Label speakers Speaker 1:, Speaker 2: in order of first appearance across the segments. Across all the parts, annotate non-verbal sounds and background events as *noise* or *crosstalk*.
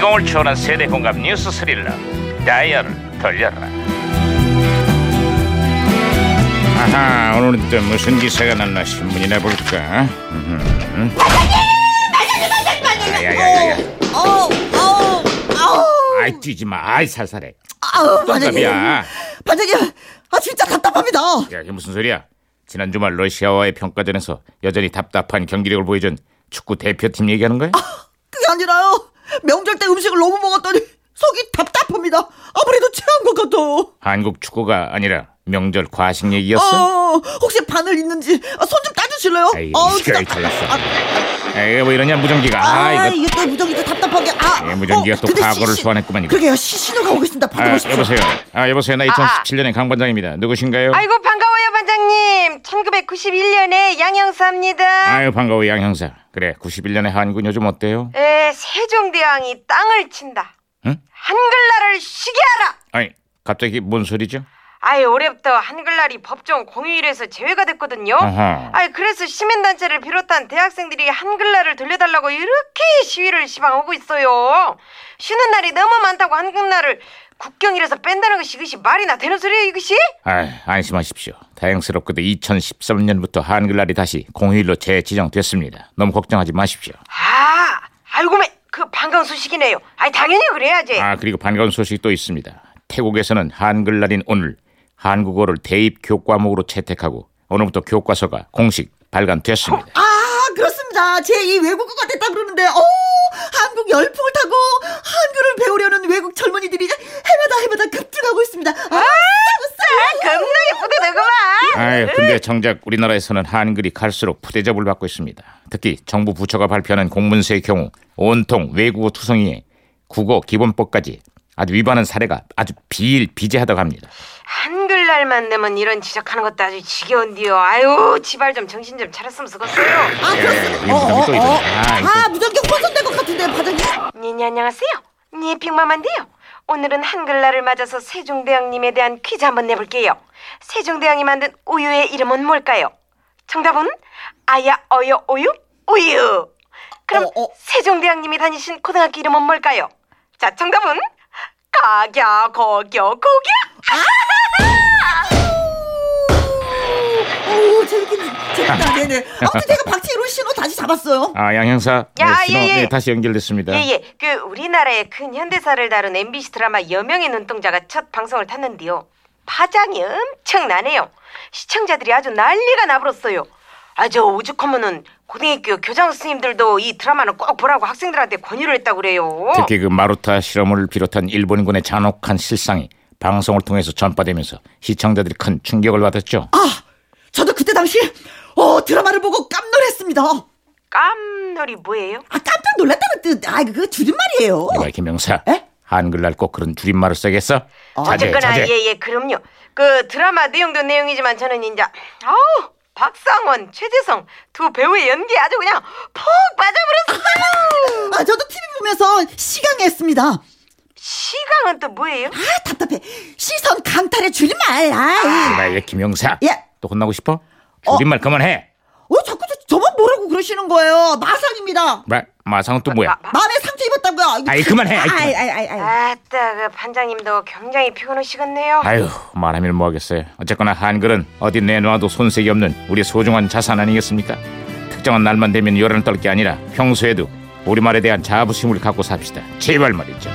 Speaker 1: 감동을 초월한 세대 공감 뉴스 스릴러 다이얼을 돌려라 아하 오늘은 또 무슨 기사가 났나 신문이나 볼까 야야야야
Speaker 2: 아우 아우 아우
Speaker 1: 아이 뛰지마 아이 살살해
Speaker 2: 아우 어, 반장님
Speaker 1: 깜깜이야.
Speaker 2: 반장님 아 진짜 답답합니다
Speaker 1: 야, 이게 무슨 소리야? 지난 주말 러시아와의 평가전에서 여전히 답답한 경기력을 보여준 축구 대표팀 얘기하는 거야?
Speaker 2: 그게 아니라요 명절 때 음식을 너무 먹었더니 속이 답답합니다 아무래도 체한 것 같아요
Speaker 1: 한국 축구가 아니라 명절 과식 얘기였어?
Speaker 2: 어 혹시 바늘 있는지 손 좀 따주실래요
Speaker 1: 아이,
Speaker 2: 어우,
Speaker 1: 시끄러워,
Speaker 2: 진짜.
Speaker 1: 잘났어.
Speaker 2: 아,
Speaker 1: 에이, 왜 이러냐 무전기가?
Speaker 2: 아,
Speaker 1: 아, 이거
Speaker 2: 이게 또 무전기 또 답답하게 아
Speaker 1: 예, 무전기가 또
Speaker 2: 근데
Speaker 1: 과거를 소환했구만, 이거.
Speaker 2: 그러게요 시- 신호가 오고 있습니다
Speaker 1: 아,
Speaker 2: 받아보십시오
Speaker 1: 여보세요. 아, 여보세요. 나 2017년의 강 반장입니다. 누구신가요?
Speaker 3: 아이고 반가워요 반장님. 1991년에 양형사입니다.
Speaker 1: 아유, 반가워 양 형사. 그래, 91년의 한군 요즘 어때요?
Speaker 3: 에 예, 세종대왕이 땅을 친다.
Speaker 1: 응?
Speaker 3: 한글날을 쉬게 하라.
Speaker 1: 아니, 갑자기 뭔 소리죠?
Speaker 3: 아예 올해부터 한글날이 법정 공휴일에서 제외가 됐거든요.
Speaker 1: 아하.
Speaker 3: 아이 그래서 시민단체를 비롯한 대학생들이 한글날을 돌려달라고 이렇게 시위를 시방하고 있어요. 쉬는 날이 너무 많다고 한글날을 국경일에서 뺀다는 것이 이것이 말이나 되는 소리예요 이것이?
Speaker 1: 아, 안심하십시오. 다행스럽게도 2013년부터 한글날이 다시 공휴일로 재지정됐습니다. 너무 걱정하지 마십시오.
Speaker 3: 아 아이고 매, 그 반가운 소식이네요. 아이 당연히 그래야지.
Speaker 1: 아 그리고 반가운 소식이 또 있습니다. 태국에서는 한글날인 오늘 한국어를 대입 교과목으로 채택하고 오늘부터 교과서가 공식 발간됐습니다.
Speaker 2: 아 그렇습니다 제2 외국어가 됐다 그러는데 어 한국 열풍을 타고 한글을 배우려는 외국 젊은이들이 해마다 해마다 급증하고 있습니다 아, 싸고 싸고
Speaker 3: 겁나 예쁘게 되구만.
Speaker 1: 아 근데 정작 우리나라에서는 한글이 갈수록 푸대접을 받고 있습니다. 특히 정부 부처가 발표하는 공문서의 경우 온통 외국어 투성이에 국어 기본법까지 아주 위반한 사례가 아주 비일비재하다고 합니다.
Speaker 3: 한글날만 되면 이런 지적하는 것도 아주 지겨운디요. 아유, 지발 좀 정신 좀 차렸으면 쓰겠어요.
Speaker 2: 아
Speaker 1: 예, 예,
Speaker 2: 그렇습니다
Speaker 1: 무전기 또 있네. 아, 이거.
Speaker 2: 아 무전기 파손된 것 같은데 반장님
Speaker 3: 네, 네, 안녕하세요. 네, 빅마만데요. 오늘은 한글날을 맞아서 세종대왕님에 대한 퀴즈 한번 내볼게요. 세종대왕이 만든 우유의 이름은 뭘까요? 정답은 아야 어여 우유 우유. 그럼
Speaker 2: 어, 어.
Speaker 3: 세종대왕님이 다니신 고등학교 이름은 뭘까요? 자, 정답은 가갸 거겨 고갸.
Speaker 2: 아! 오 재밌긴
Speaker 1: *laughs*
Speaker 2: 재밌다 네네 아무튼 제가 박채로 신호 다시 잡았어요
Speaker 1: 아 양형사
Speaker 3: 야,
Speaker 1: 신호
Speaker 3: 예, 예.
Speaker 1: 예, 다시 연결됐습니다.
Speaker 3: 예예, 그 우리나라의 큰 현대사를 다룬 MBC 드라마 여명의 눈동자가 첫 방송을 탔는데요. 파장이 엄청나네요. 시청자들이 아주 난리가 나버렸어요. 아주 오죽하면은 고등학교 교장 선생님들도 이 드라마는 꼭 보라고 학생들한테 권유를 했다고 그래요.
Speaker 1: 특히 그 마루타 실험을 비롯한 일본군의 잔혹한 실상이 방송을 통해서 전파되면서 시청자들이 큰 충격을 받았죠.
Speaker 2: 아 저도 그때 당시 어 드라마를 보고 깜놀했습니다 아
Speaker 3: 깜놀이 뭐예요?
Speaker 2: 깜짝 놀랐다는 뜻아 그거 줄임말이에요
Speaker 1: 이봐 김영사.
Speaker 2: 에?
Speaker 1: 한글날 꼭 그런 줄임말을 써겠어? 자제,
Speaker 3: 어쨌거나
Speaker 1: 자제.
Speaker 3: 예예 그럼요. 그 드라마 내용도 내용이지만 저는 이제 아우 박상원, 최재성 두 배우의 연기 아주 그냥 푹 빠져버렸어요.
Speaker 2: 아 저도 TV 보면서 시강했습니다
Speaker 3: 시강은 또 뭐예요?
Speaker 2: 아 답답해 시선 강탈의 줄임말 아
Speaker 1: 이봐 얘 김영사.
Speaker 2: 예.
Speaker 1: 또 혼나고 싶어? 줄임말 그만해.
Speaker 2: 어, 자꾸 저, 저만 뭐라고 그러시는 거예요 마상입니다
Speaker 1: 마, 마상은 또 뭐야?
Speaker 3: 마-
Speaker 2: 마음에 상처 입었다고요 이거
Speaker 1: 아이, 그만해. 아이,
Speaker 2: 아이 아이 아이, 아이.
Speaker 3: 아따 그 반장님도 굉장히 피곤하시겠네요.
Speaker 1: 아유 말하면 뭐하겠어요. 어쨌거나 한글은 어디 내놔도 손색이 없는 우리 소중한 자산 아니겠습니까? 특정한 날만 되면 열을 떨 게 아니라 평소에도 우리말에 대한 자부심을 갖고 삽시다. 제발 말이죠.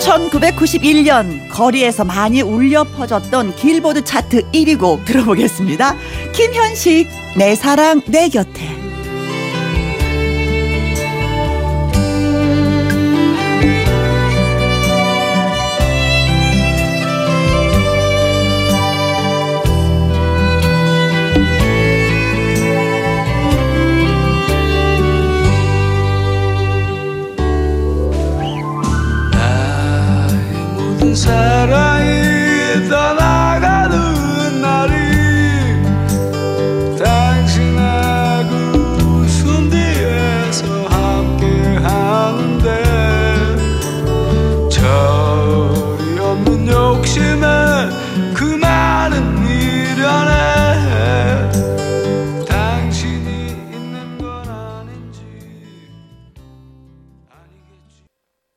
Speaker 2: 1991년 년 거리에서 많이 울려 퍼졌던 길보드 차트 1위 곡 들어보겠습니다. 김현식 내 사랑 내 곁에
Speaker 4: 나의 모든 사랑이 떠나 그